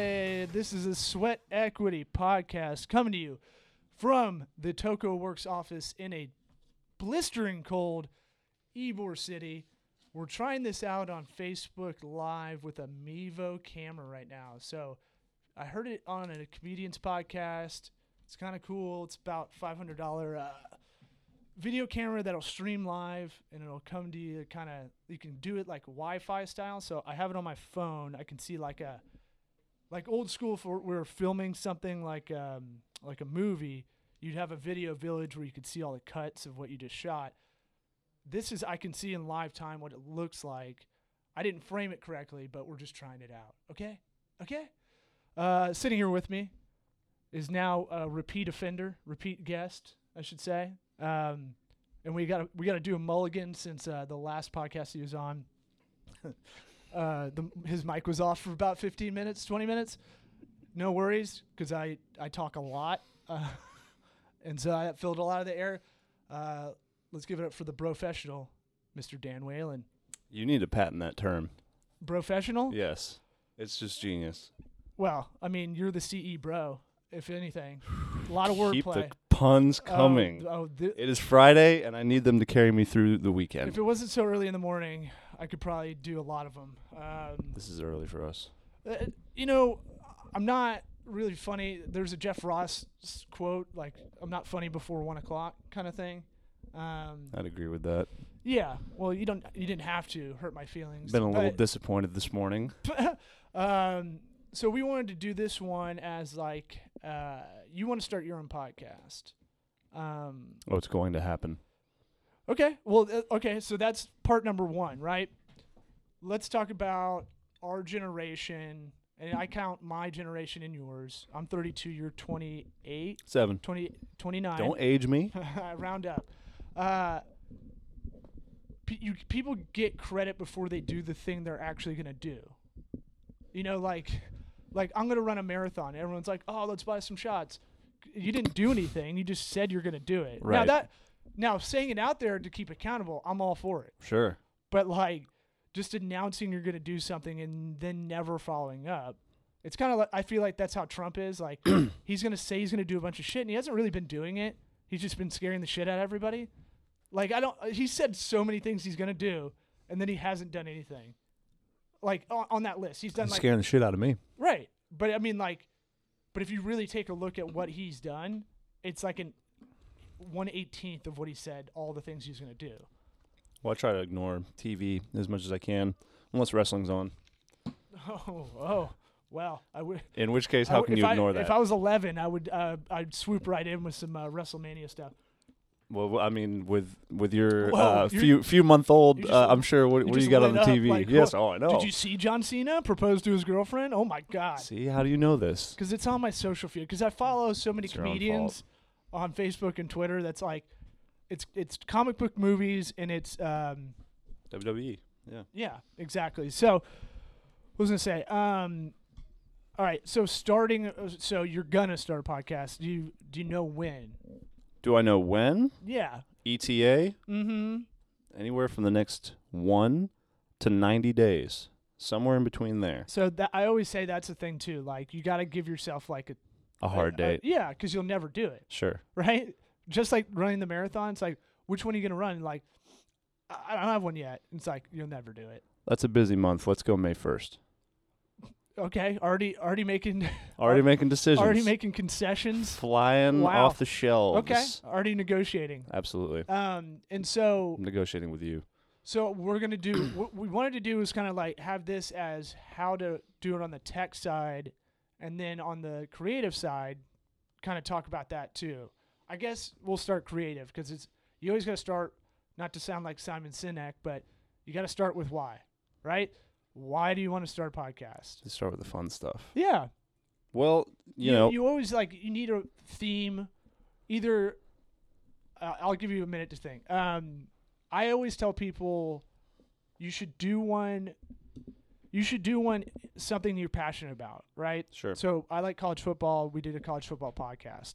This is a Sweat Equity podcast coming to you from the Toco Works office in a blistering cold Ybor City. We're trying this out on Facebook Live with a Mevo camera right now. So I heard it on a comedian's podcast. It's kind of cool. It's about $500 uh, video camera that'll stream live and it'll come to you kind of you can do it like Wi-Fi style. So I have it on my phone. I can see like a like old school for we were filming something like um, like a movie, you'd have a video village where you could see all the cuts of what you just shot. This is I can see in live time what it looks like. I didn't frame it correctly, but we're just trying it out. Okay, okay. Uh, sitting here with me is now a repeat offender, repeat guest, I should say. Um, and we got to we got to do a mulligan since uh, the last podcast he was on uh, the, his mic was off for about 15 minutes, 20 minutes. No worries, because I, I talk a lot. Uh, and so I filled a lot of the air. Uh, let's give it up for the professional, Mr. Dan Whalen. You need to patent that term. Professional? Yes. It's just genius. Well, I mean, you're the CE bro, if anything. A lot of Keep wordplay. the puns Oh, coming. oh, thi- it is Friday, and I need them to carry me through the weekend. if it wasn't so early in the morning, I could probably do a lot of them. Um, this is early for us. Uh, you know, I'm not really funny. There's a Jeff Ross s- quote like, "I'm not funny before one o'clock" kind of thing. Um, I'd agree with that. yeah. Well, you don't. You didn't have to hurt my feelings. Been a little but- disappointed this morning. um, so we wanted to do this one as like, uh, you want to start your own podcast. Um, Oh, it's going to happen. Okay. Well, uh, okay. So that's part number one, right? Let's talk about our generation, and I count my generation and yours. I'm 32. You're 28, 7 20, 29. Don't age me. round up. Uh, pe- you people get credit before they do the thing they're actually gonna do. You know, like, like I'm gonna run a marathon. Everyone's like, "Oh, let's buy some shots." You didn't do anything. You just said you're gonna do it. Now Right. that, now saying it out there to keep accountable, I'm all for it. Sure. But like, just announcing you're gonna do something and then never following up. It's kind of like I feel like that's how Trump is. Like he's gonna say he's gonna do a bunch of shit, and he hasn't really been doing it. He's just been scaring the shit out of everybody. Like I don't. He said so many things he's gonna do, and then he hasn't done anything. Like on, on that list, he's done It's like scaring the shit out of me. right. But I mean, like, but if you really take a look at what he's done, it's like an one eighteenth of what he said. All the things he's gonna do. Well, I try to ignore TV as much as I can, unless wrestling's on. Oh, oh. Well, I would. In which case, I how w- can if you I- ignore that? If I was 11, I would uh, I'd swoop right in with some uh, WrestleMania stuff. well, I mean, with with your Whoa, uh, you- few few month old, you just- uh, I'm sure. What, you what do you just got on lit the up TV? like, yes. wha- Oh, I know. Did you see John Cena propose to his girlfriend? Oh my god! See, how do you know this? Because it's on my social feed. Because I follow so many It's your own comedians on Facebook and Twitter. That's like, it's it's comic book movies and it's um WWE. Yeah. yeah exactly. So, what was I gonna say um. All right, so starting, uh, so you're gonna start a podcast. Do you do you know when? Do I know when? Yeah. ETA? Mm-hmm. Anywhere from the next one to 90 days. Somewhere in between there. So that I always say that's a thing too. Like you got to give yourself like uh, a A hard a- date. yeah, because you'll never do it, Sure. right? Just like running the marathon, it's like which one are you gonna run? Like I I don't have one yet. It's like you'll never do it. That's a busy month. Let's go May 1st. Okay, already already making Already making decisions. already making concessions. Flying Wow. off the shelves. Okay, already negotiating. Absolutely. Um, and so I'm negotiating with you. So we're gonna do what we wanted to do is kind of like have this as how to do it on the tech side, and then on the creative side, kind of talk about that too. I guess we'll start creative because it's you always gotta start. Not to sound like Simon Sinek, but you gotta start with why, right? Why do you want to start a podcast? Let's start with the fun stuff. Yeah, Well, you, know, you always like you need a theme. Either uh, I'll give you a minute to think. Um, I always tell people you should do one. You should do one something you're passionate about, right? sure. So I like college football. We did a college football podcast.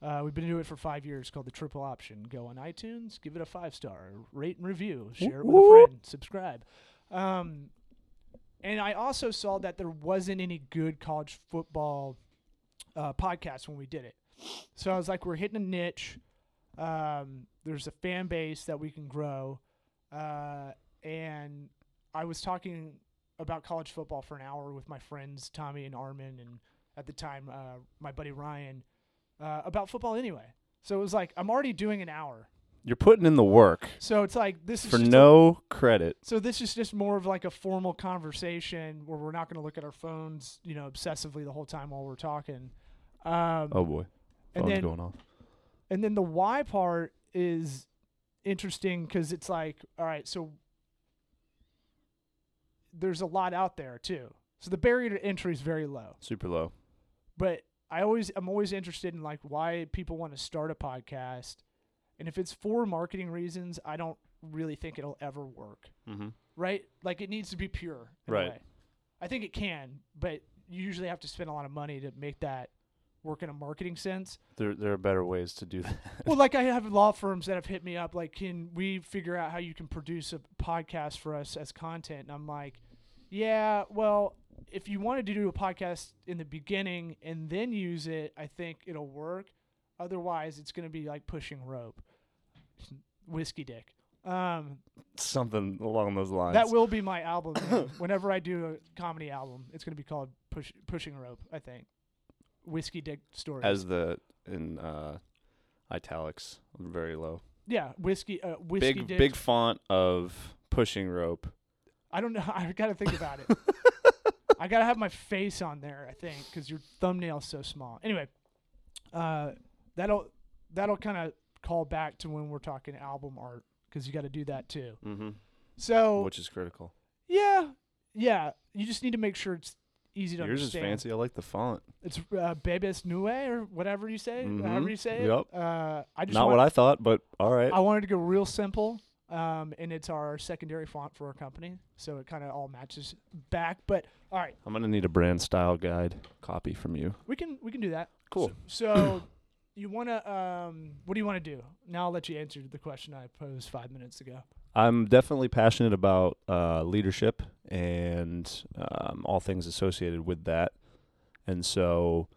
Uh, we've been doing it for five years called the Triple Option. Go on iTunes, give it a five star, rate and review, share it with a Woo-woo. friend, subscribe. Um, And I also saw that there wasn't any good college football uh, podcasts when we did it. So I was like, we're hitting a niche. Um, there's a fan base that we can grow. Uh, and I was talking about college football for an hour with my friends, Tommy and Armin, and at the time, uh, my buddy Ryan, uh, about football anyway. So it was like, I'm already doing an hour. You're putting in the work So it's like, this is for just a- no credit. so this is just more of like a formal conversation where we're not going to look at our phones, you know, obsessively the whole time while we're talking. Um, Oh boy, and phone's then going off. and then the why part is interesting because it's like, all right, so there's a lot out there too. So the barrier to entry is very low. Super low. But I always I'm always interested in like why people want to start a podcast, and if it's for marketing reasons, I don't really think it'll ever work. Mm-hmm. right? Like it needs to be pure. in a Right. way. I think it can, but you usually have to spend a lot of money to make that work in a marketing sense. There, there are better ways to do that. well, like I have law firms that have hit me up, like, can we figure out how you can produce a podcast for us as content? And I'm like, yeah, well, if you wanted to do a podcast in the beginning and then use it, I think it'll work. Otherwise, it's going to be like pushing rope, whiskey dick. Um, Something along those lines. that will be my album. name. Whenever I do a comedy album, it's going to be called Push, Pushing Rope, I think. Whiskey Dick Stories. as the in uh, italics, very low. yeah, whiskey uh, whiskey big, dick. big font of pushing rope. I don't know. I got to think about it. I got to have my face on there, I think, cuz your thumbnail's so small. Anyway, uh that'll that'll kind of call back to when we're talking album art cuz you got to do that too. Mm-hmm. So, Which is critical. yeah. Yeah, you just need to make sure it's easy to Yours is understand. fancy. I like the font. It's uh, Bebes Nue or whatever you say, Mhm. however you say it. Yep. Uh, I just Not want, what I thought, but all right. I wanted to go real simple, um, and it's our secondary font for our company, so it kind of all matches back. But all right, I'm gonna need a brand style guide copy from you. we can we can do that. Cool. So, you wanna um, what do you want to do? Now I'll let you answer the question I posed five minutes ago. I'm definitely passionate about uh, leadership and um, all things associated with that. And so,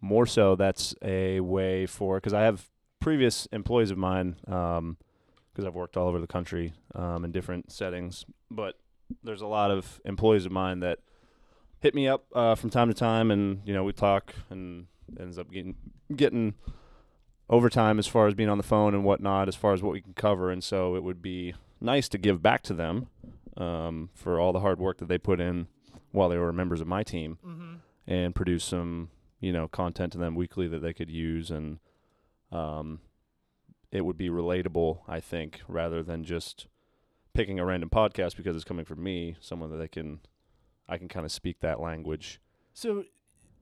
more so, that's a way for because I have previous employees of mine because I've worked all over the country um, in different settings. But there's a lot of employees of mine that hit me up uh, from time to time, and you know we talk, and ends up getting getting overtime as far as being on the phone and whatnot, as far as what we can cover. And so it would be nice to give back to them um, for all the hard work that they put in while they were members of my team Mm-hmm. and produce some, you know, content to them weekly that they could use. And um, it would be relatable, I think, rather than just picking a random podcast because it's coming from me, someone that they can, I can kind of speak that language. So,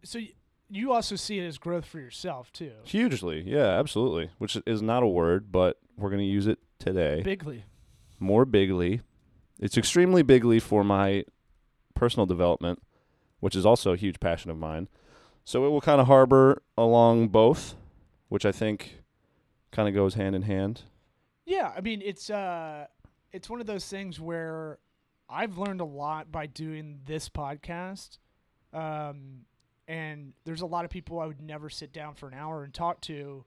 so y- you also see it as growth for yourself too, Hugely. Yeah, absolutely. Which is not a word, but we're going to use it today. bigly. more bigly. It's extremely bigly for my personal development, which is also a huge passion of mine. So it will kind of harbor along both, which I think kind of goes hand in hand. Yeah, I mean it's uh it's one of those things where I've learned a lot by doing this podcast. Um and there's a lot of people I would never sit down for an hour and talk to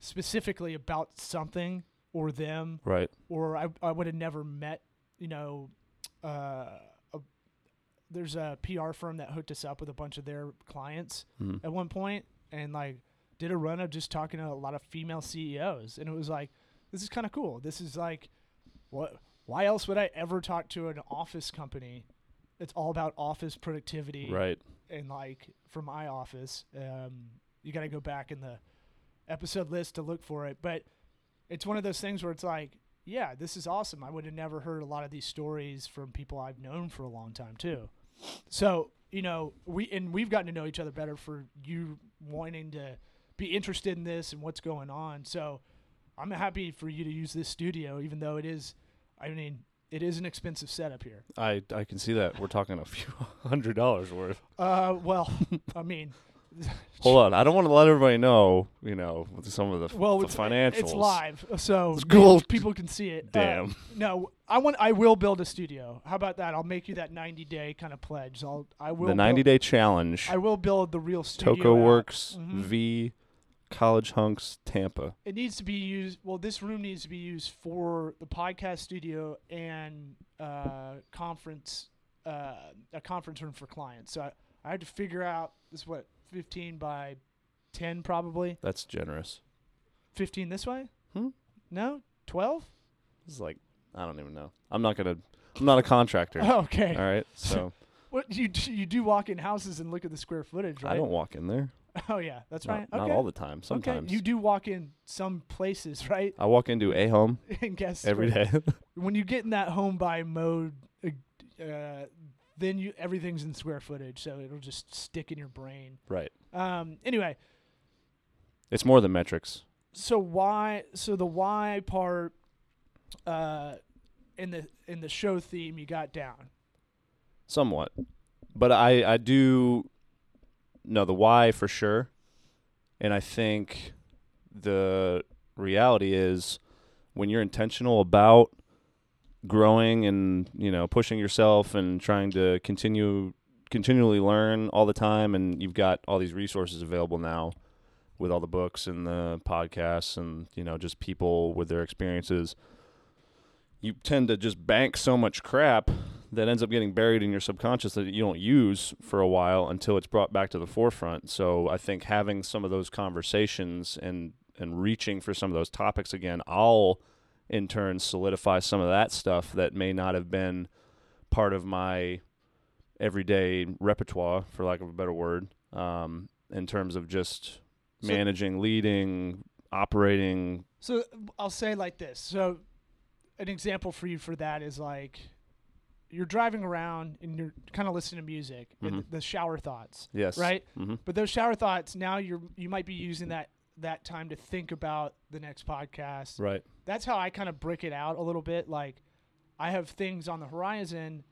specifically about something or them Right. or I I would have never met, you know, uh a, there's a PR firm that hooked us up with a bunch of their clients Mm. at one point and like did a run of just talking to a lot of female CEOs and it was like this is kind of cool. This is like what why else would I ever talk to an office company? It's all about office productivity Right. and like from my office. Um, you got to go back in the episode list to look for it, but it's one of those things where it's like, yeah, this is awesome. I would have never heard a lot of these stories from people I've known for a long time too. So you know, we and we've gotten to know each other better for you wanting to be interested in this and what's going on. So I'm happy for you to use this studio, even though it is, I mean, it is an expensive setup here. I I can see that we're talking a few hundred dollars worth. Uh, well, I mean, Hold on, I don't want to let everybody know. You know some of the, f- well, the it's, financials. It's live, so It's cool. people can see it. Uh, Damn. no, I want. I will build a studio. How about that? I'll make you that 90 day kind of pledge. I'll. I will. the 90 build, day challenge. I will build the real studio. Toco out. Works Mhm. v College Hunks Tampa. It needs to be used. Well, this room needs to be used for the podcast studio and uh, conference, uh, a conference room for clients. So I, I had to figure out this is what 15 by 10 probably. That's generous. 15 this way? Hmm? No, 12. This is like I don't even know. I'm not gonna. I'm not a contractor. all okay. right, so What you d- you do walk in houses and look at the square footage, right? I don't walk in there. Oh yeah, that's not, right. not okay. all the time. Sometimes Okay. You do walk in some places, right? I walk into a home and guess every what? day. when you get in that home buy mode, uh, uh, then you everything's in square footage, so it'll just stick in your brain. right. Um, anyway, It's more than metrics. so why? So the why part uh, in the in the show theme you got down. somewhat but i i do know the why for sure and i think the reality is when you're intentional about growing and you know pushing yourself and trying to continue continually learn all the time and you've got all these resources available now with all the books and the podcasts and you know just people with their experiences you tend to just bank so much crap that ends up getting buried in your subconscious that you don't use for a while until it's brought back to the forefront. So I think having some of those conversations and and reaching for some of those topics again, I'll in turn solidify some of that stuff that may not have been part of my everyday repertoire, for lack of a better word, um, in terms of just So- managing, leading, operating. So I'll say like this. So an example for you for that is like you're driving around and you're kind of listening to music and Mhm. the shower thoughts, Yes. right? Mm-hmm. But those shower thoughts now you're you might be using that that time to think about the next podcast. Right. That's how I kind of break it out a little bit. Like I have things on the horizon,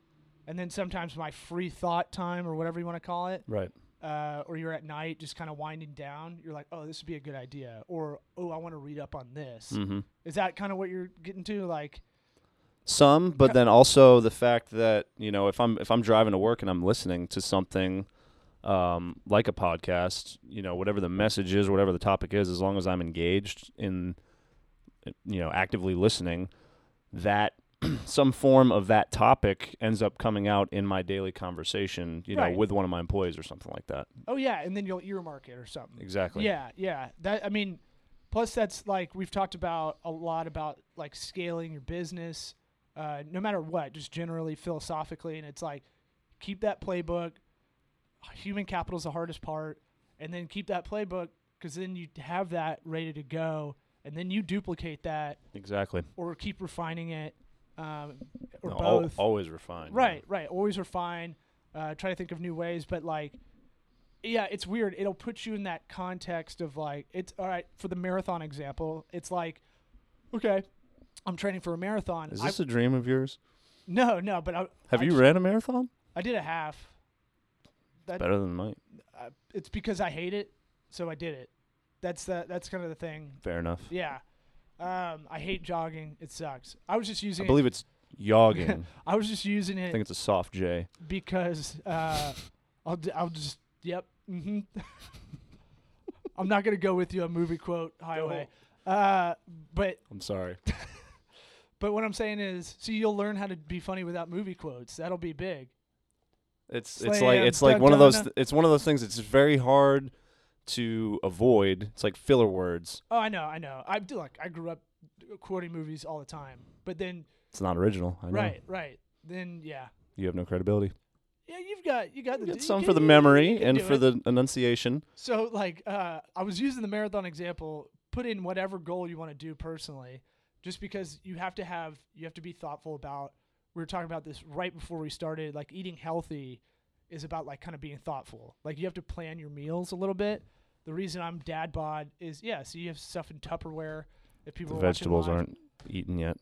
and then sometimes my free thought time or whatever you want to call it, Right. uh, or you're at night just kind of winding down. You're like, oh, this would be a good idea, or oh, I want to read up on this. Mm-hmm. Is that kind of what you're getting to? Like, Some, but Ca- then also the fact that you know if I'm if I'm driving to work and I'm listening to something um, like a podcast, you know whatever the message is, whatever the topic is, as long as I'm engaged in you know actively listening, that some form of that topic ends up coming out in my daily conversation, you know, Right. with one of my employees or something like that. oh yeah, and then you'll earmark it or something. Exactly. Yeah, yeah. That I mean, plus that's like we've talked about a lot about like scaling your business, uh, no matter what, just generally philosophically, and it's like keep that playbook. Human capital's the hardest part, and then keep that playbook because then you have that ready to go, and then you duplicate that Exactly. or keep refining it, um, or No, al- both. always refined. yeah. Right, right. Always refine. Uh, try to think of new ways, but like, yeah, it's weird. It'll put you in that context of like, it's all right for the marathon example. It's like, okay, I'm training for a marathon. Is I- this a dream of yours? no, no, but I, Have I you just- ran a marathon? I did a half. That Better than mine. uh, it's because I hate it, so I did it. That's the that's kind of the thing. Fair enough. Yeah, um, I hate jogging. It sucks. I was just using. I believe it's jogging. it, I was just using I it think it's a soft J. because uh, I'll d- I'll just yep. hmm I'm not gonna go with you on movie quote highway, uh, but I'm sorry. but what I'm saying is, so you'll learn how to be funny without movie quotes. That'll be big. It's it's Slam like it's like one of those dunk-dunk. it's one of those things that's very hard to avoid. It's like filler words. Oh, I know, I know. I do like I grew up quoting movies all the time, but then It's not original. I know. right, right, then yeah, You have no credibility. yeah. You've got you got You the get you some can- for the you memory can and do for it. the enunciation. So like uh, I was using the marathon example. Put in whatever goal you want to do personally, just because you have to have you have to be thoughtful about. We were talking about this right before we started. Like eating healthy is about like kind of being thoughtful. Like you have to plan your meals a little bit. The reason I'm dad bod is yeah. So you have stuff in Tupperware. If people The are watching vegetables live. aren't eaten yet.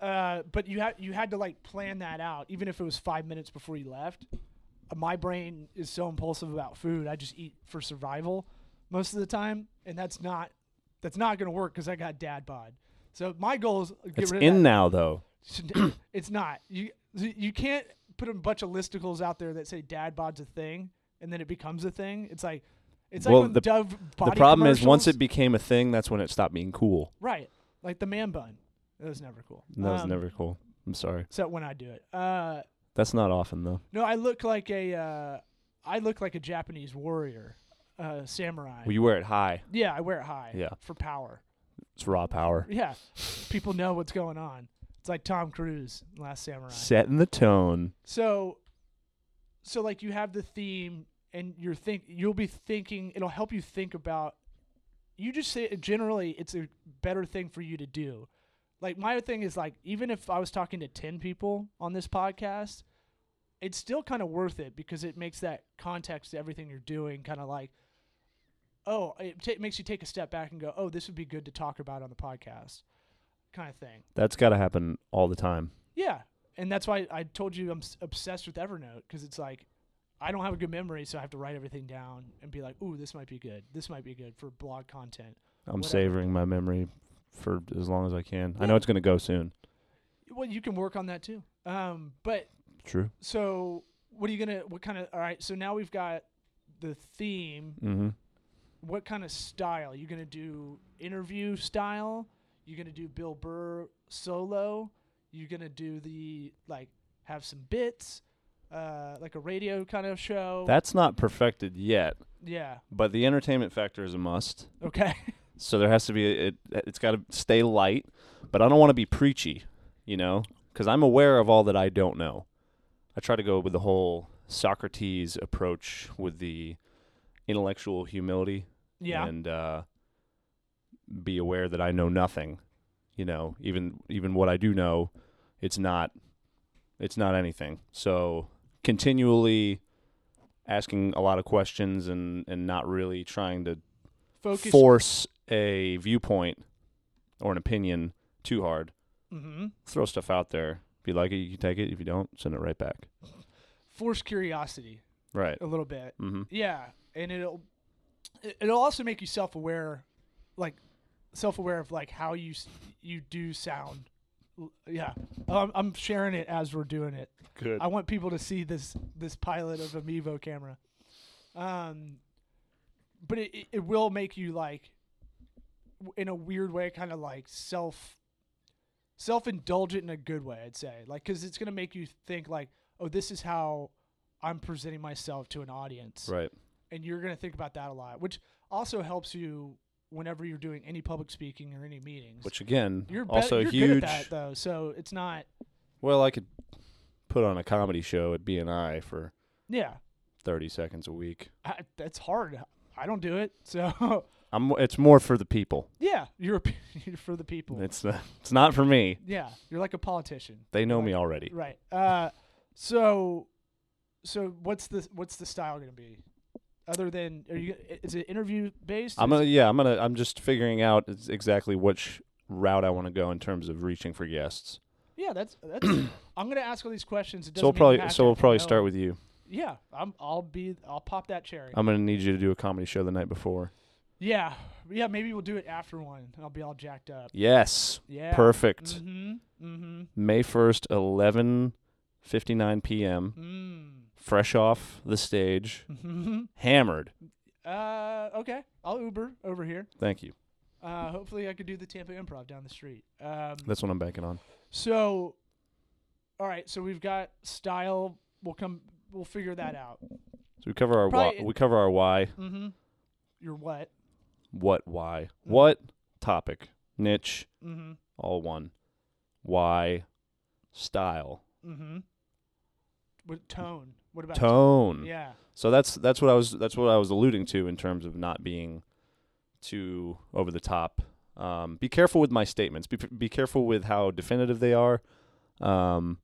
Uh, but you had you had to like plan that out, even if it was five minutes before you left. my brain is so impulsive about food. I just eat for survival most of the time, and that's not that's not going to work because I got dad bod. So my goal is get It's rid of in that. now though. Should- it's not. You you can't put a bunch of listicles out there that say dad bod's a thing and then it becomes a thing. It's like it's Well, like when the- Dove The body problem is once it commercials- became a thing, that's when it stopped being cool. right like the man bun. That was never cool. That was Um, never cool. I'm sorry. except when I do it. Uh, That's not often though. no, I look like a uh, I look like a Japanese warrior, uh, samurai. Well, you wear it high. yeah, I wear it high. Yeah. for power. It's raw power. Yeah, people know what's going on. It's like Tom Cruise, in Last Samurai. Setting the tone. So, so like you have the theme, and you're think you'll be thinking. It'll help you think about. You just say generally, it's a better thing for you to do. Like my thing is like even if I was talking to ten people on this podcast, it's still kind of worth it because it makes that context to everything you're doing kind of like. Oh, it ta makes you take a step back and go, "Oh, this would be good to talk about on the podcast," kind of thing. That's got to happen all the time. Yeah, and that's why I told you I'm s- obsessed with Evernote because it's like I don't have a good memory, so I have to write everything down and be like, "Ooh, this might be good. This might be good for blog content." I'm Whatever. savoring my memory for as long as I can. I know Yeah. it's going to go soon. Well, you can work on that too. Um, but True. so what are you gonna? What kind of? All right, so now we've got the theme. Mm-hmm. What kind of style? You gonna do interview style? You gonna do Bill Burr solo? You gonna do the like have some bits, uh, like a radio kind of show? That's not perfected yet, yeah. but the entertainment factor is a must. Okay. So there has to be it. It's got to stay light, but I don't want to be preachy, you know, because I'm aware of all that I don't know. I try to go with the whole Socrates approach with the intellectual humility Yeah. and uh, be aware that I know nothing. You know, even even what I do know, it's not it's not anything. So continually asking a lot of questions and and not really trying to Focus. force a viewpoint or an opinion too hard. hmm Throw stuff out there. If you like it, you can take it. If you don't, send it right back. Force curiosity Right. a little bit. Mm-hmm. Yeah, and it'll it- it'll also make you self-aware, like self-aware of like how you s- you do sound. L- Yeah, um, I'm sharing it as we're doing it. Good. I want people to see this this pilot of a Mevo camera. Um, but it, it- it will make you like, w- in a weird way, kind of like self self indulgent in a good way. I'd say like because it's gonna make you think like, oh, this is how I'm presenting myself to an audience, Right. and you're gonna think about that a lot, which also helps you whenever you're doing any public speaking or any meetings. Which again, you're bet- also you're huge. good at that though, so it's not Well, I could put on a comedy show at BNI for yeah. thirty seconds a week. I, that's hard. I don't do it. So I'm. It's more for the people. yeah, you're, you're for the people. It's not, it's not for me. yeah, you're like a politician, They know me already. right? Uh, so, so what's the what's the style gonna be? Other than are you? Is it interview based? I'm Is- gonna. Yeah. I'm gonna. I'm just figuring out ex- exactly which route I want to go in terms of reaching for guests. yeah, that's that's. I'm gonna ask all these questions. It So we'll doesn't mean you probably. have So to we'll probably know. start with you. Yeah, I'm. I'll be. I'll pop that cherry. I'm gonna need you to do a comedy show the night before. yeah, yeah. Maybe we'll do it after one. and I'll be all jacked up. Yes, Yeah. perfect. Mm-hmm. Mm-hmm. May first, eleven fifty nine p.m. Mm-hmm. Fresh off the stage, Mm-hmm. hammered. Uh, okay. I'll Uber over here. Thank you. Uh, hopefully I could do the Tampa Improv down the street. Um, That's what I'm banking on. so, all right. So we've got style. We'll come. We'll figure that out. So we cover our why, Probably- we cover our why, Mm-hmm. Your what? what why, what topic, niche, Mm-hmm. all one, why, style, Mm-hmm. What tone? What about tone. Yeah. So that's that's what I was that's what I was alluding to in terms of not being too over the top. Um, be careful with my statements. Be be careful with how definitive they are. Um,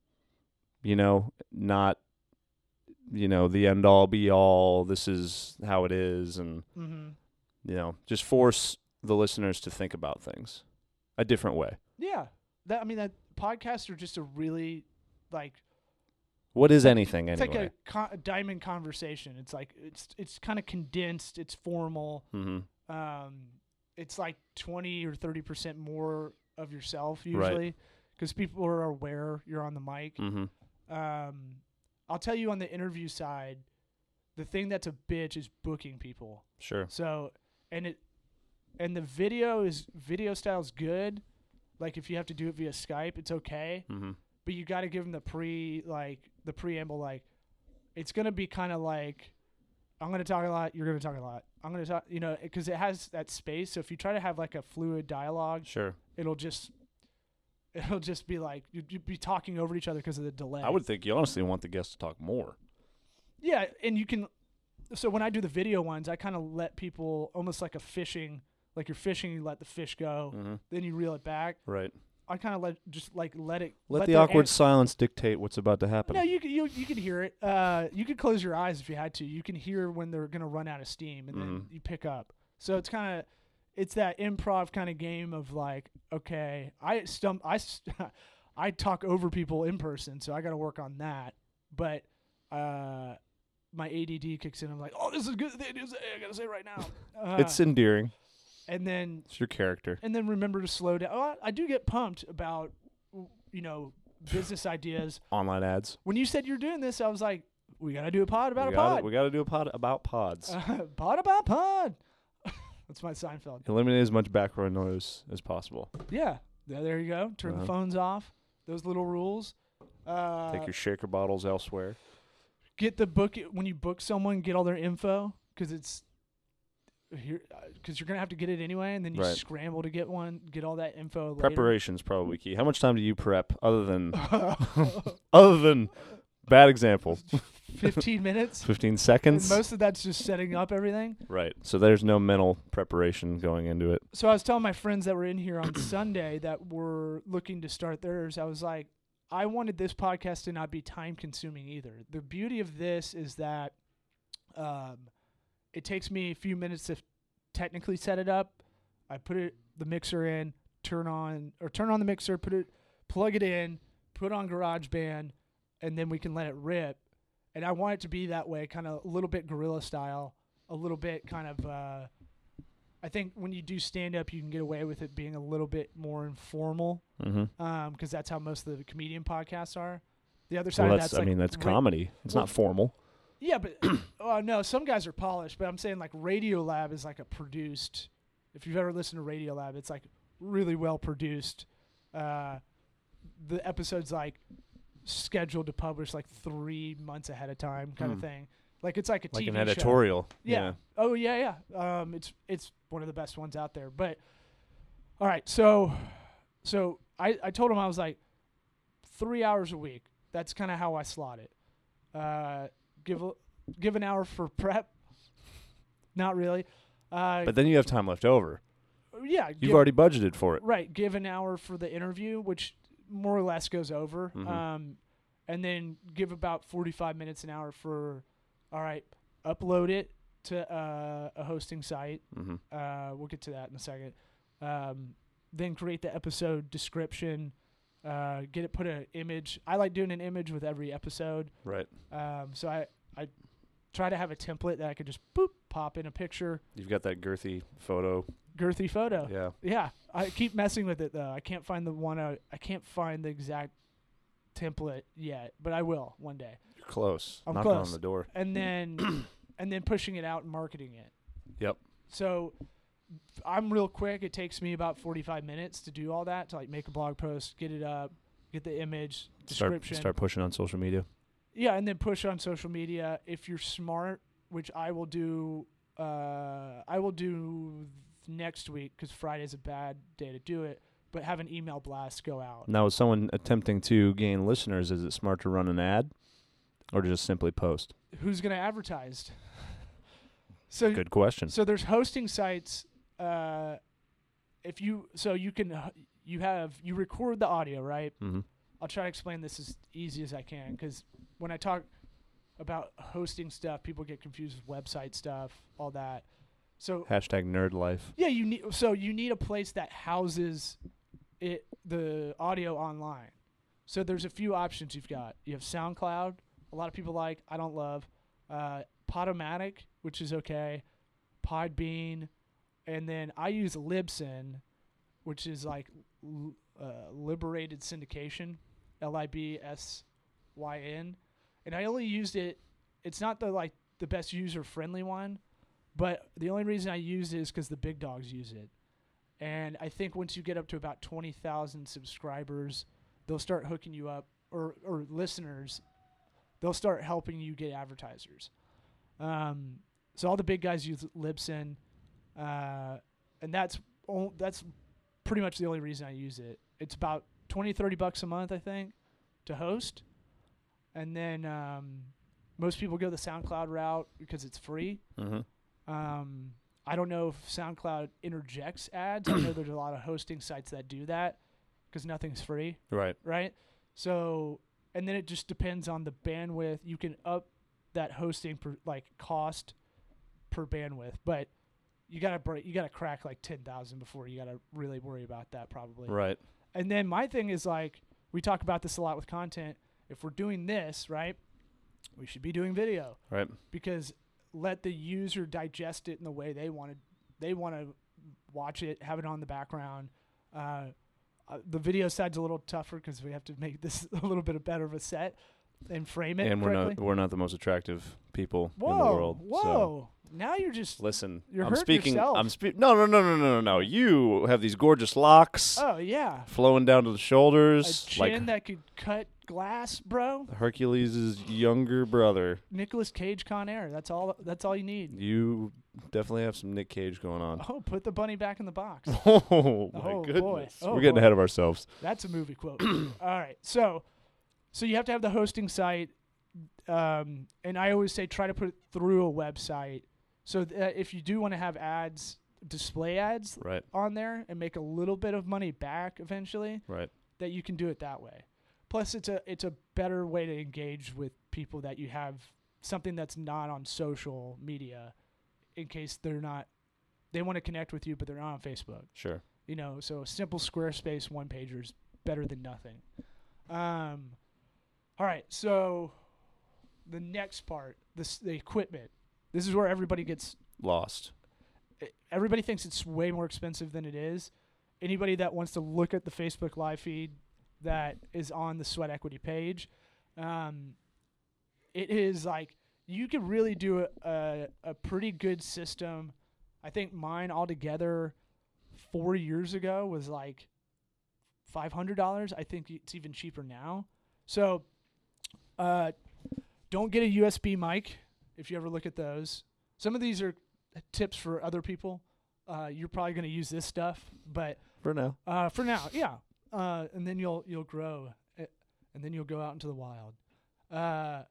you know, not you know the end all be all. This is how it is, and Mm-hmm. you know, just force the listeners to think about things a different way. Yeah. That I mean that podcasts are just a really like What is anything It's anyway? like a, con- a diamond conversation. It's like it's it's kind of condensed. It's formal. mm-hmm. Um, it's like twenty or thirty percent more of yourself Right. usually, because people are aware you're on the mic. Mm-hmm. Um, I'll tell you on the interview side, the thing that's a bitch is booking people. Sure. So and it and the video is video style's good. Like if you have to do it via Skype, it's okay. Mm-hmm. But you got to give them the pre like the preamble like it's gonna be kind of like I'm gonna talk a lot. You're gonna talk a lot. I'm gonna talk. You know, because it has that space. So if you try to have like a fluid dialogue, Sure. it'll just it'll just be like you'd, you'd be talking over each other because of the delay. I would think you honestly want the guests to talk more. Yeah, and you can. So when I do the video ones, I kind of let people almost like a fishing, like you're fishing, you let the fish go, Mm-hmm. then you reel it back. Right. I kind of let just like let it. Let, the their awkward an- silence dictate what's about to happen. no, you can you you can hear it. Uh, you could close your eyes if you had to. You can hear when they're gonna run out of steam, and then Mhm. you pick up. So it's kind of, it's that improv kind of game of like, okay, I stump, I, st- I talk over people in person, so I got to work on that. But, uh, my ADD kicks in. I'm like, oh, this is good. They do say- I gotta say it right now. Uh, it's endearing. and then It's your character. and then remember to slow down. Oh, I, I do get pumped about, you know, business ideas Online ads. when you said you're doing this, I was like, we gotta do a pod about we a gotta- pod. We got to do a pod about pods. Uh, pod about pod. That's my Seinfeld. Eliminate as much background noise as possible. Yeah, there, there you go. Turn Uh-huh. the phones off. Those little rules. Uh, Take your shaker bottles elsewhere. get the book when you book someone. Get all their info because it's here because you're gonna have to get it anyway, and then you Right. scramble to get one. Get all that info. Later. Preparation's probably key. How much time do you prep other than Preparation. other than bad example? Fifteen minutes. 15 And seconds. most of that's just setting up everything. right. So there's no mental preparation going into it. so I was telling my friends that were in here on Sunday that were looking to start theirs. I was like, I wanted this podcast to not be time consuming either. The beauty of this is that um, it takes me a few minutes to technically set it up. I put it the mixer in, turn on or turn on the mixer, put it, plug it in, put on GarageBand, and then we can let it rip. And I want it to be that way, kind of a little bit guerrilla style, a little bit kind of. Uh, I think when you do stand up, you can get away with it being a little bit more informal Mm-hmm. because that's how most of the comedian podcasts are. The other side Well, of that's, that's I like mean, that's ra- comedy. It's well- not formal. Yeah, but oh no, some guys are polished, but I'm saying like Radio Lab is like a produced. If you've ever listened to Radio Lab, it's like really well produced. Uh, the episodes like scheduled to publish like three months ahead of time, kind Hmm. of thing. Like it's like a Like TV an show. editorial. Yeah. Oh yeah, yeah. Um, it's it's one of the best ones out there. But all right, so so I I told him I was like three hours a week. That's kind of how I slot it. Uh, give a, give an hour for prep. Not really. Uh, But then you have time left over. yeah, You've give- already budgeted for it. Right. Give an hour for the interview, which more or less goes over. Mhm. Um, and then give about 45 minutes an hour for, all right, upload it to uh, a hosting site. Mm-hmm. Uh, we'll get to that in a second. Um, then create the episode description. Uh, get it put an image. I like doing an image with every episode. Right. Um, so I I try to have a template that I could just boop pop in a picture, You've got that girthy photo. girthy photo. Yeah. Yeah, I keep messing with it though. I can't find the one. I, I can't find the exact template yet, but I will one day. You're close. I'm Knocking close. on the door. And then, and then pushing it out and marketing it. Yep. So, I'm real quick. It takes me about 45 minutes to do all that to like make a blog post, get it up, get the image Start, description. start pushing on social media. Yeah, and then push on social media if you're smart, which I will do. Uh, I will do next week because Friday's a bad day to do it. But have an email blast go out. Now, is someone attempting to gain listeners, is it smart to run an ad or to just simply post? Who's going to advertise? so Good question. so there's hosting sites. Uh, if you so you can h- you have you record the audio right. Mm-hmm. I'll try to explain this as easy as I can because when I talk about hosting stuff, people get confused with website stuff, all that. So Hashtag nerd life. yeah, you need so you need a place that houses it the audio online. So there's a few options you've got. You have SoundCloud, a lot of people like. I don't love uh, Podomatic, which is okay. Podbean, and then I use Libsyn, which is like l- uh, Liberated Syndication, L I B S Y N, and I only used it. It's not the like the best user friendly one, but the only reason I use it is because the big dogs use it. And I think once you get up to about 20,000 subscribers, they'll start hooking you up or, or listeners. They'll start helping you get advertisers. Um, so all the big guys use Libsyn. Uh, and that's, o- that's pretty much the only reason I use it. It's about 20, 30 bucks a month, I think, to host. And then, um, most people go the SoundCloud route because it's free. Mm-hmm. Um, I don't know if SoundCloud interjects ads. I know there's a lot of hosting sites that do that because nothing's free, Right. right? So, and then it just depends on the bandwidth. You can up that hosting per, like cost per bandwidth, but you gotta break, you gotta crack like ten thousand before you gotta really worry about that probably. Right. And then my thing is like we talk about this a lot with content. If we're doing this right, we should be doing video Right. because let the user digest it in the way they want to they want to watch it have it on the background uh, uh, the video side's a little tougher because we have to make this a little bit better of a set and frame it And we're correctly. not we're not the most attractive people whoa in the world. whoa So now you're just listen, You're I'm hurting speaking. yourself. I'm speaking. No, no, no, no, no, no, no. You have these gorgeous locks oh yeah flowing down to the a shoulders, chin like that could cut glass bro Hercules' younger brother. Nicolas Cage Con Air that's all that's all you need You definitely have some Nick Cage going on. oh put the bunny back in the box Oh my Oh, boy. goodness, Oh, we're getting boy. ahead of ourselves. That's a movie quote. All right. So, so you have to have the hosting site, um, and I always say try to put it through a website. So that if you do want to have ads, display ads Right. on there, and make a little bit of money back eventually, Right. that you can do it that way. Plus, it's a it's a better way to engage with people that you have something that's not on social media, in case they're not, they want to connect with you, but they're not on Facebook Sure. you know so a simple squarespace one pager is better than nothing um, all right so the next part this the equipment this is where everybody gets Lost. e- everybody thinks it's way more expensive than it is anybody that wants to look at the facebook live feed that is on the sweat equity page um, it is like you could really do a, a, a pretty good system i think mine altogether four years ago was like five hundred dollars. I think it's even cheaper now. So, uh, don't get a USB mic if you ever look at those. Some of these are uh, tips for other people. Uh, you're probably going to use this stuff, but For now. uh, for now, yeah. Uh, and then you'll you'll grow, uh, and then you'll go out into the wild. Uh,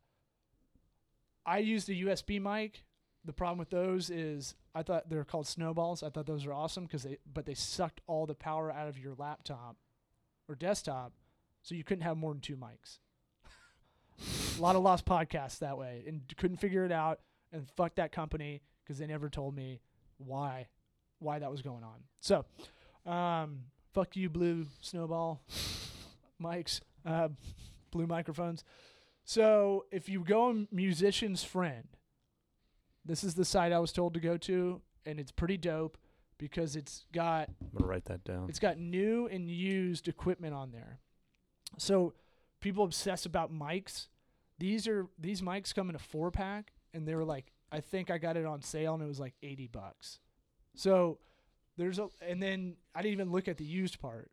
I used a USB mic. The problem with those is I thought they were called snowballs. I thought those were awesome because they but they sucked all the power out of your laptop or desktop, so you couldn't have more than two mics. a lot of lost podcasts that way, and couldn't figure it out. And fuck that company because they never told me why why that was going on. So. Um, fuck you, blue snowball mics, uh, blue microphones. So if you go on Musician's Friend, this is the site I was told to go to, and it's pretty dope because it's got I'm gonna write that down. it's got new and used equipment on there. So people obsess about mics. These are these mics come in a four pack and they were like I think I got it on sale and it was like 80 bucks. So there's a and then I didn't even look at the used part.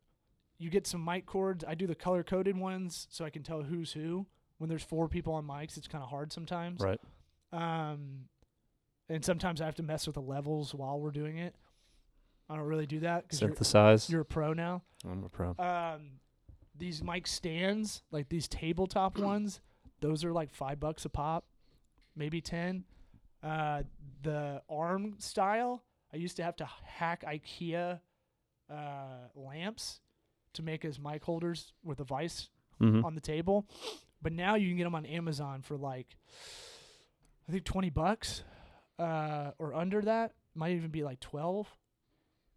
You get some mic cords. I do the color coded ones so I can tell who's who. When there's four people on mics, it's kind of hard sometimes. Right. Um, and sometimes I have to mess with the levels while we're doing it. I don't really do that because you're, Synthesize. you're a pro now. I'm a pro. Um, these mic stands, like these tabletop ones, those are like five bucks a pop, maybe ten. Uh, the arm style, I used to have to hack IKEA uh, lamps to make as mic holders with a vise Mm-hmm. on the table. But now you can get them on Amazon for like, I think twenty bucks, uh, or under that. Might even be like twelve.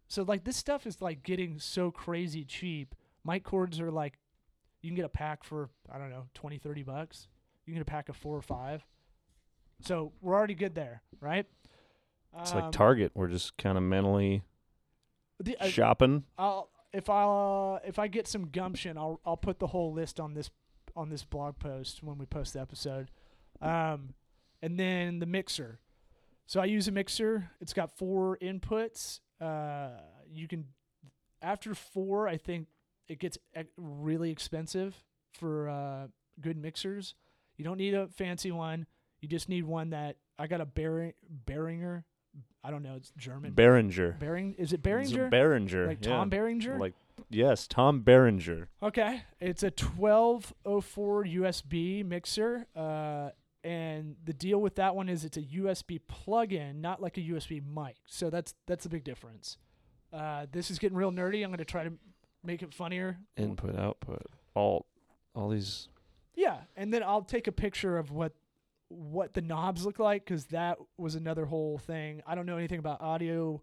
So like this stuff is like getting so crazy cheap. Mic cords are like, you can get a pack for I don't know 20, 30 bucks. You can get a pack of four or five. So we're already good there, right? It's Um, like Target. We're just kind of mentally the- uh, shopping. I'll if I uh, if I get some gumption, I'll I'll put the whole list on this on this blog post when we post the episode. Um, and then the mixer. So I use a mixer. It's got four inputs. Uh, you can after four, I think it gets e- really expensive for uh, good mixers. You don't need a fancy one. You just need one that I got a Bering Beringer. I don't know. It's German. Behringer. Bering is it It's a Beringer? Behringer. like yeah. Tom Beringer? Like yes, Tom Behringer. Okay, it's a 1204 USB mixer, uh, and the deal with that one is it's a USB plug-in, not like a USB mic. So that's that's the big difference. Uh, this is getting real nerdy. I'm gonna try to make it funnier. Input, output, alt, all these. Yeah, and then I'll take a picture of what what the knobs look like because that was another whole thing. I don't know anything about audio.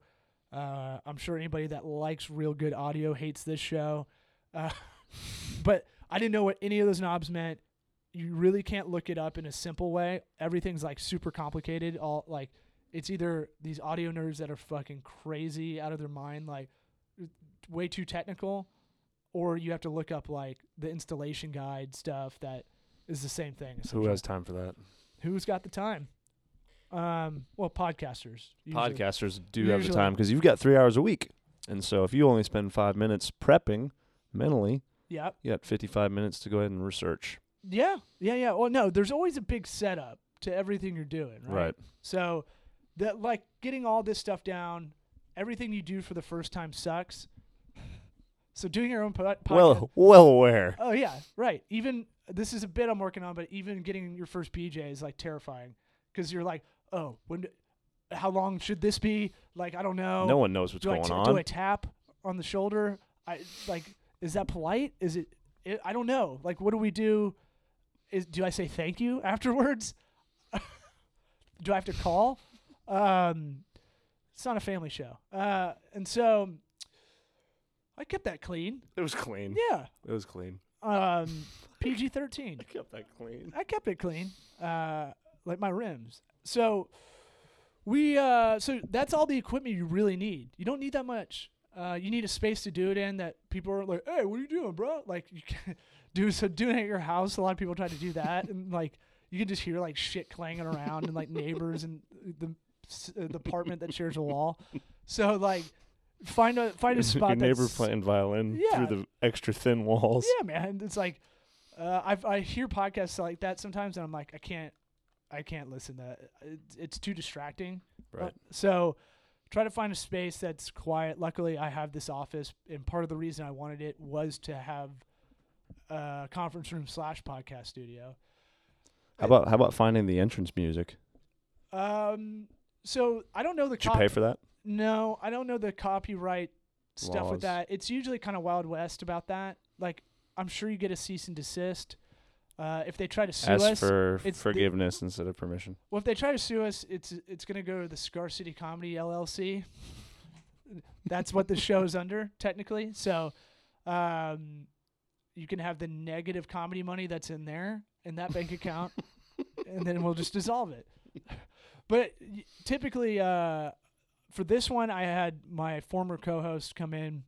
Uh, I'm sure anybody that likes real good audio hates this show, uh, but I didn't know what any of those knobs meant. You really can't look it up in a simple way. Everything's like super complicated. All like it's either these audio nerds that are fucking crazy out of their mind, like way too technical, or you have to look up like the installation guide stuff that is the same thing. Who essentially. has time for that? Who's got the time? Um, well, podcasters. usually. Podcasters do have the Usually. time because you've got three hours a week, and so if you only spend five minutes prepping mentally, Yep. you got fifty-five minutes to go ahead and research. Yeah. Yeah. Yeah. Well, no, there's always a big setup to everything you're doing, right? So, that like getting all this stuff down, everything you do for the first time sucks. So doing your own pod- podcast. Well, well aware. Oh yeah, right. Even this is a bit I'm working on, but even getting your first PJ is like terrifying because you're like, oh, when, how long should this be? Like I don't know. no one knows what's do I going ta- on. do I tap on the shoulder? I like is that polite? Is it, it I don't know. Like what do we do? Is do I say thank you afterwards? do I have to call? Um it's not a family show. Uh and so I kept that clean. it was clean. Yeah. It was clean. Um PG-13. kept that clean. I kept it clean, uh, like my rims. So we, uh, so that's all the equipment you really need. You don't need that much. Uh, you need a space to do it in that people are like, "Hey, what are you doing, bro?" Like you can do so doing it at your house. A lot of people try to do that, and like you can just hear like shit clanging around and like neighbors and the s- uh, the apartment that shares a wall. So like find a find a spot. Your neighbor that's, playing violin Yeah. through the extra thin walls. yeah, man. It's like uh, I I hear podcasts like that sometimes, and I'm like, I can't, I can't listen to. That. It's, it's too distracting. Right. Uh, so try to find a space that's quiet. Luckily, I have this office, and part of the reason I wanted it was to have a conference room slash podcast studio. How about how about finding the entrance music? Um, so I don't know the. Did you pay for that? No, I don't know the copyright stuff Laws. with that. It's usually kind of wild west about that. Like I'm sure you get a cease and desist. Uh, if they try to sue Ask us, for it's the- forgiveness instead of permission. well, if they try to sue us, it's it's gonna go to the Scar City Comedy LLC. That's what the show is under technically. So, um, you can have the negative comedy money that's in there in that bank account, and then we'll just dissolve it. But y- typically, uh, for this one, I had my former co-host come in,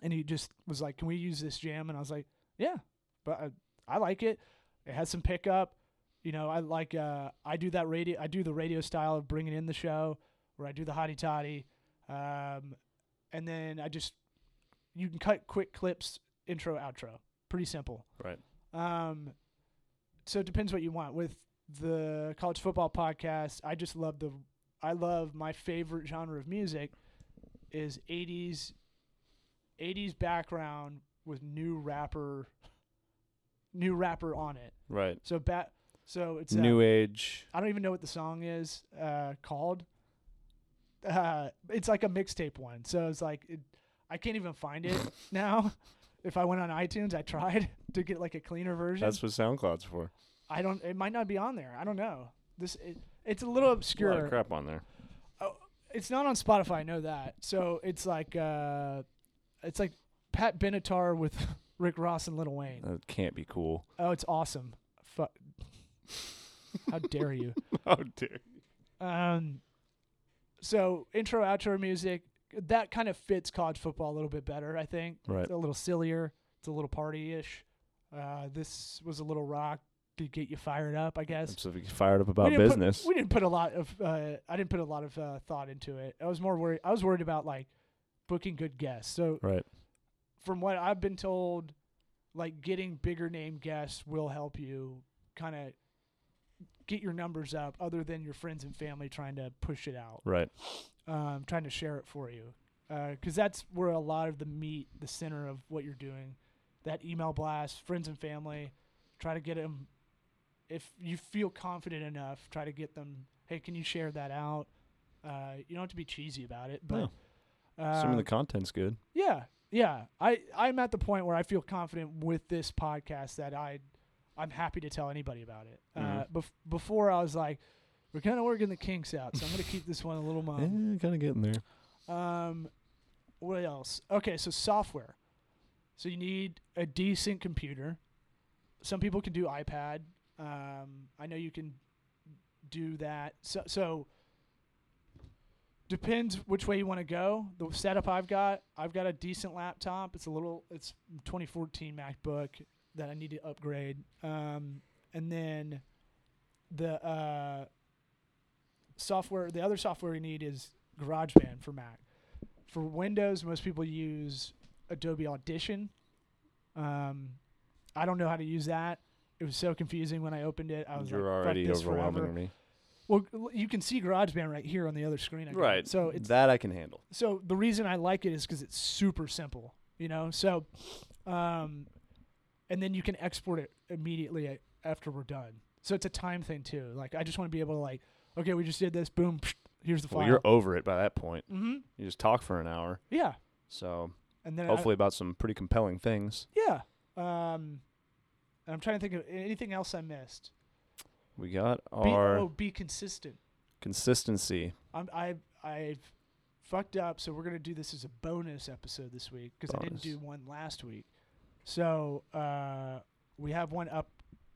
and he just was like, "Can we use this jam?" And I was like, "Yeah, but I, I like it. It has some pickup. You know, I like uh, I do that radio. I do the radio style of bringing in the show, where I do the hottie toddy, um, and then I just you can cut quick clips, intro, outro. Pretty simple. Right. Um, so it depends what you want. With the college football podcast, I just love the I love my favorite genre of music is 80s 80s background with new rapper new rapper on it. Right. So bat so it's uh, New age. I don't even know what the song is uh, called. Uh, it's like a mixtape one, so it's like it, I can't even find it now. If I went on iTunes, I tried to get like a cleaner version. That's what SoundCloud's for. I don't. It might not be on there. I don't know. This it, it's a little A lot obscure. of crap on there. Oh, it's not on Spotify. I know that. So it's like uh, it's like Pat Benatar with Rick Ross and Little Wayne. That can't be cool. Oh, it's awesome. Fuck. How dare you? Oh, dear. Um, so intro outro music that kind of fits college football a little bit better, I think. Right. It's a little sillier. It's a little party-ish. Uh, this was a little rock to get you fired up, I guess. So if you fired up about we didn't put- business. we didn't put a lot of. Uh, I didn't put a lot of uh, thought into it. I was more worried. I was worried about like booking good guests. So right. from what I've been told, like getting bigger name guests will help you kind of get your numbers up. Other than your friends and family trying to push it out Right. um, trying to share it for you because that's where a lot of the meat, the center of what you're doing. That email blast, friends and family, try to get them. If you feel confident enough, try to get them. Hey, can you share that out? Uh, you don't have to be cheesy about it, but Some of um, the content's good. yeah, yeah. I I'm at the point where I feel confident with this podcast that I I'm happy to tell anybody about it. Uh, Mhm. bef- before I was like, we're kind of working the kinks out, so I'm gonna keep this one a little mild. kind of getting there. Um, what else? Okay, so software. So you need a decent computer. Some people can do iPad. Um, I know you can do that. So, so depends which way you want to go. The setup I've got, I've got a decent laptop. It's a little, it's 2014 MacBook that I need to upgrade. Um, and then the uh, software, the other software you need is GarageBand for Mac. For Windows, most people use Adobe Audition. Um, I don't know how to use that. It was so confusing when I opened it. I was You're like, "Fuck already this forever." overwhelming me. Well, l- you can see GarageBand right here on the other screen. I guess. So it's that I can handle. so the reason I like it is because it's super simple. You know. So, um, and then you can export it immediately a- after we're done. So it's a time thing too. Like I just want to be able to like, okay, we just did this. Boom. here's the file. Well, you're over it by that point. mm-hmm. You just talk for an hour. Yeah. So And then I- hopefully about some pretty compelling things. yeah. Um, I'm trying to think of anything else I missed. We got Be, our oh, be consistent. consistency. I'm, I I've fucked up, so we're gonna do this as a bonus episode this week because I Bonus. didn't do one last week. So uh, we have one up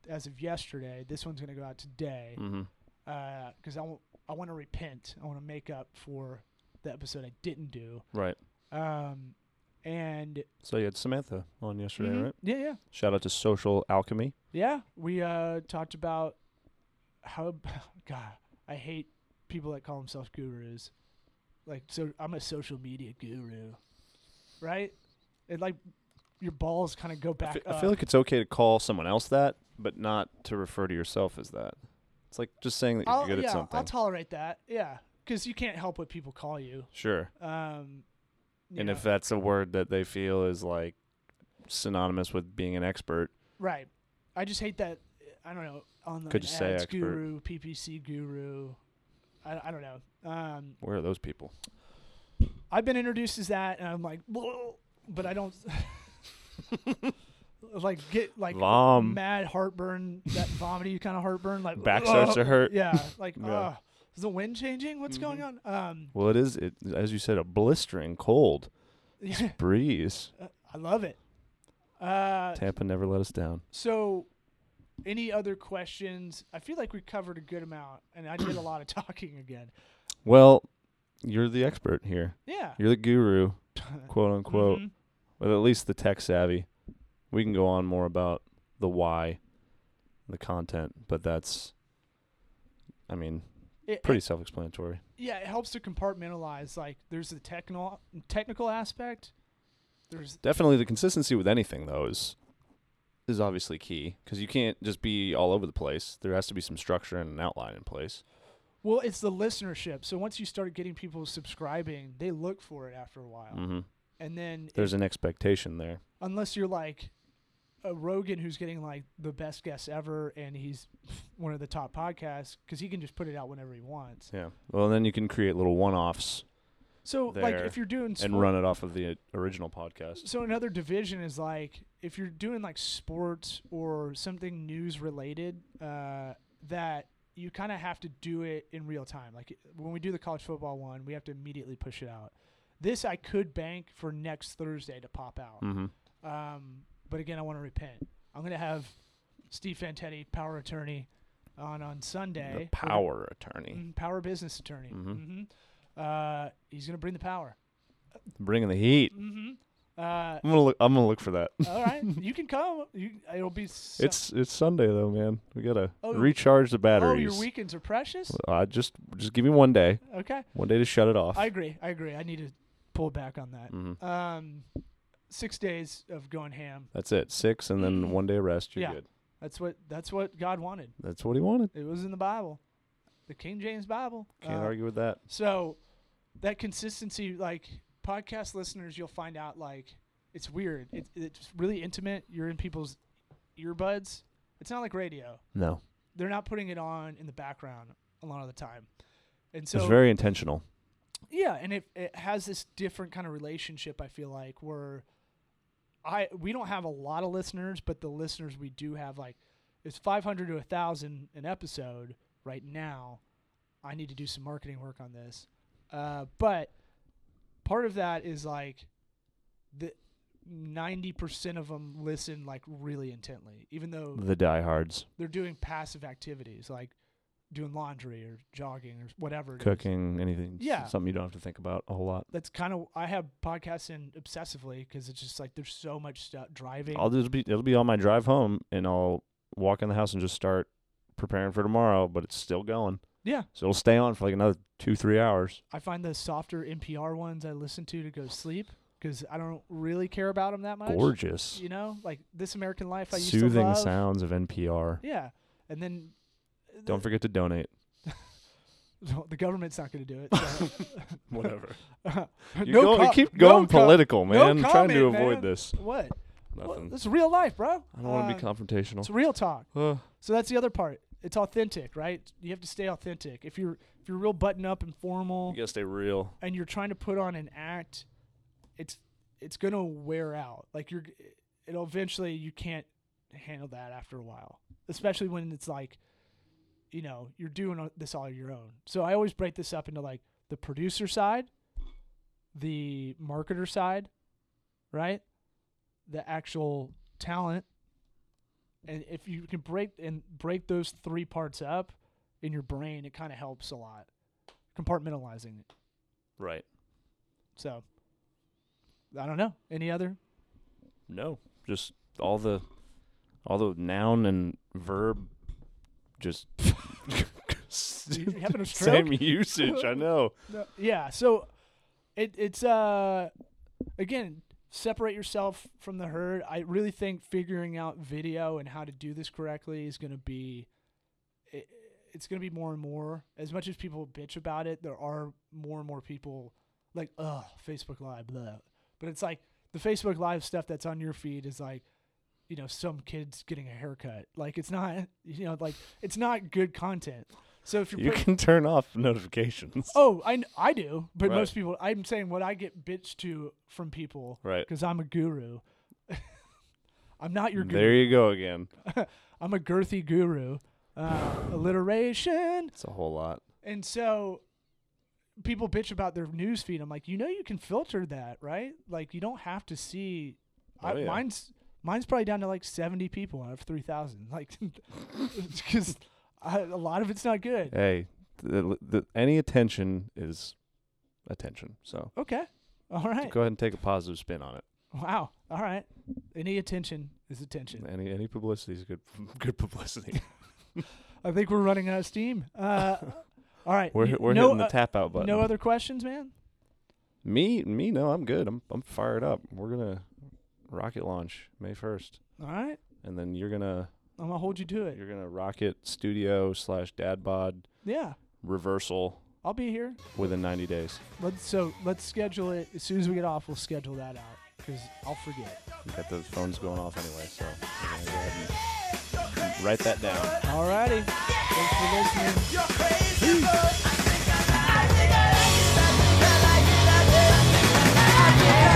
as of yesterday. This one's gonna go out today hmm because I w- I want to repent. I want to make up for the episode I didn't do. Right. Um, and So you had Samantha on yesterday, Mhm. right? yeah, yeah, Shout out to Social Alchemy. yeah. We uh, talked about how God I hate people that call themselves gurus. Like so, I'm a social media guru, right? It like your balls kind of go I back. fe- I up. feel like it's okay to call someone else that, but not to refer to yourself as that. It's like just saying that you're I'll, good yeah, at something. I'll tolerate that. Yeah, because you can't help what people call you. sure. Um, you And know, if that's a word that they feel is like synonymous with being an expert, right, I just hate that. I don't know. Online Could just say ads expert. guru, PPC guru. I, I don't know. Um, where are those people? I've been introduced as that, and I'm like, whoa, but I don't like get like Vom. mad heartburn, that vomity kind of heartburn, like Back starts to hurt. Yeah, like Yeah. uh, is the wind changing? What's going on? Um, Well, it is. It as you said, a blistering cold yeah, breeze. I love it. Uh, Tampa never let us down. so any other questions? I feel like we covered a good amount, and I did a lot of talking again. Well, you're the expert here. Yeah, You're the guru, quote unquote, Mhm. with at least the tech savvy. We can go on more about the why, the content, but that's, I mean, It- pretty self-explanatory. yeah, it helps to compartmentalize. Like, there's the technical technical aspect. There's Definitely, the consistency with anything though is is obviously key because you can't just be all over the place. There has to be some structure and an outline in place. well, it's the listenership. So once you start getting people subscribing, they look for it after a while, hmm and then There's an expectation there. unless you're like a Rogan who's getting like the best guests ever, and he's one of the top podcasts because he can just put it out whenever he wants. Yeah. Well, then you can create little one-offs So like There. if you're doing and sport- run it off of the original podcast. so another division is like if you're doing like sports or something news related uh, that you kind of have to do it in real time like when we do the college football one we have to immediately push it out this i could bank for next thursday to pop out Mm-hmm. um, but again i want to repent i'm going to have steve fantetti power attorney on on Sunday. We're The gonna- power attorney. Mhm, power business attorney. hmm Mhm. Uh, he's gonna bring the power. Bringing the heat. hmm Uh, I'm gonna look. I'm gonna look for that. all right, you can come. You, it'll be. So, It's it's Sunday though, man. We gotta Oh, you- recharge the oh, batteries. your weekends are precious. I just just give me one day, Okay, one day to shut it off. I agree. I agree. I need to pull back on that. Mhm. Um, six days of going ham. That's it. Six, and then one day rest. You're Mm. Yeah. good. That's what. That's what God wanted. That's what he wanted. It was in the Bible, the King James Bible. Can't Uh, argue with that. So that consistency, like podcast listeners, you'll find out like it's weird. It, it's really intimate. You're in people's earbuds. It's not like radio. No, They're not putting it on in the background a lot of the time. And so it's very intentional. yeah, and it it has this different kind of relationship. I feel like where I we don't have a lot of listeners, but the listeners we do have like it's 500 to a thousand an episode right now. I need to do some marketing work on this, uh, but part of that is like the 90% of them listen like really intently, even though The diehards, they're doing passive activities like doing laundry or jogging or whatever. it is cooking, anything. Yeah. something you don't have to think about a whole lot. that's kind of I have podcasts in obsessively because it's just like there's so much stuff driving. I'll just be it'll be on my drive home, and I'll walk in the house and just start preparing for tomorrow. But it's still going, yeah, so it'll stay on for like another two, three hours. I find the softer NPR ones I listen to to go to sleep because I don't really care about them that much. Gorgeous, You know, like This American Life I used to soothing love. sounds of NPR. Yeah, and then Don't forget to donate. the government's not going to do it. so- Whatever. no You go, co- you keep no going co- political, no man. I'm trying to comment, avoid man. this. What? Well, Nothing. this is real life, bro. I don't want to be Uh, confrontational. It's real talk. Uh, So that's the other part. It's authentic, right? You have to stay authentic. If you're if you're real button up and formal, you gotta stay real. and you're trying to put on an act, it's it's gonna wear out. Like you're, it'll eventually you can't handle that after a while, especially when it's like, you know, you're doing o- this all your own. So I always break this up into like the producer side, the marketer side, right, the actual talent, and if you can break and break those three parts up in your brain, it kind of helps a lot. Compartmentalizing it. Right. So I don't know. Any other? No. Just all the all the noun and verb just You having a stroke? same usage, I know. No. Yeah. So it it's uh again separate yourself from the herd. I really think figuring out video and how to do this correctly is going to be it, it's going to be more and more. As much as people bitch about it, there are more and more people like ugh Facebook Live blah. But it's like the Facebook Live stuff that's on your feed is like you know some kids getting a haircut. Like it's not you know like it's not good content. So if you're You putting- can turn off notifications. Oh, I, kn- I do, but Right. most people. I'm saying what I get bitched to from people Right. because I'm a guru. I'm not your guru. There you go again. I'm a girthy guru. Uh, alliteration, It's a whole lot. and so people bitch about their news feed. I'm like, you know, you can filter that, right? Like, you don't have to see. Oh, I, yeah. Mine's mine's probably down to like 70 people out of 3,000. Like, because a lot of it's not good. Hey, the, the, any attention is attention. So Okay, all right. go ahead and take a positive spin on it. Wow. All right. Any attention is attention. Any any publicity is good good publicity. I think we're running out of steam. Uh, all right. We're You- we're no, hitting the uh, tap out button. No other questions, man? me me no, I'm good. I'm I'm fired up. We're gonna rocket launch May first, All right. and then you're gonna I'm going to hold you to it. you're gonna rocket studio slash dad bod Yeah. reversal I'll be here. within 90 days. Let's so let's schedule it as soon as we get off. We'll schedule that out cuz I'll forget. You got those phones going off anyway, so we're gonna go ahead and write that down. All righty. Thanks for listening. Yeah.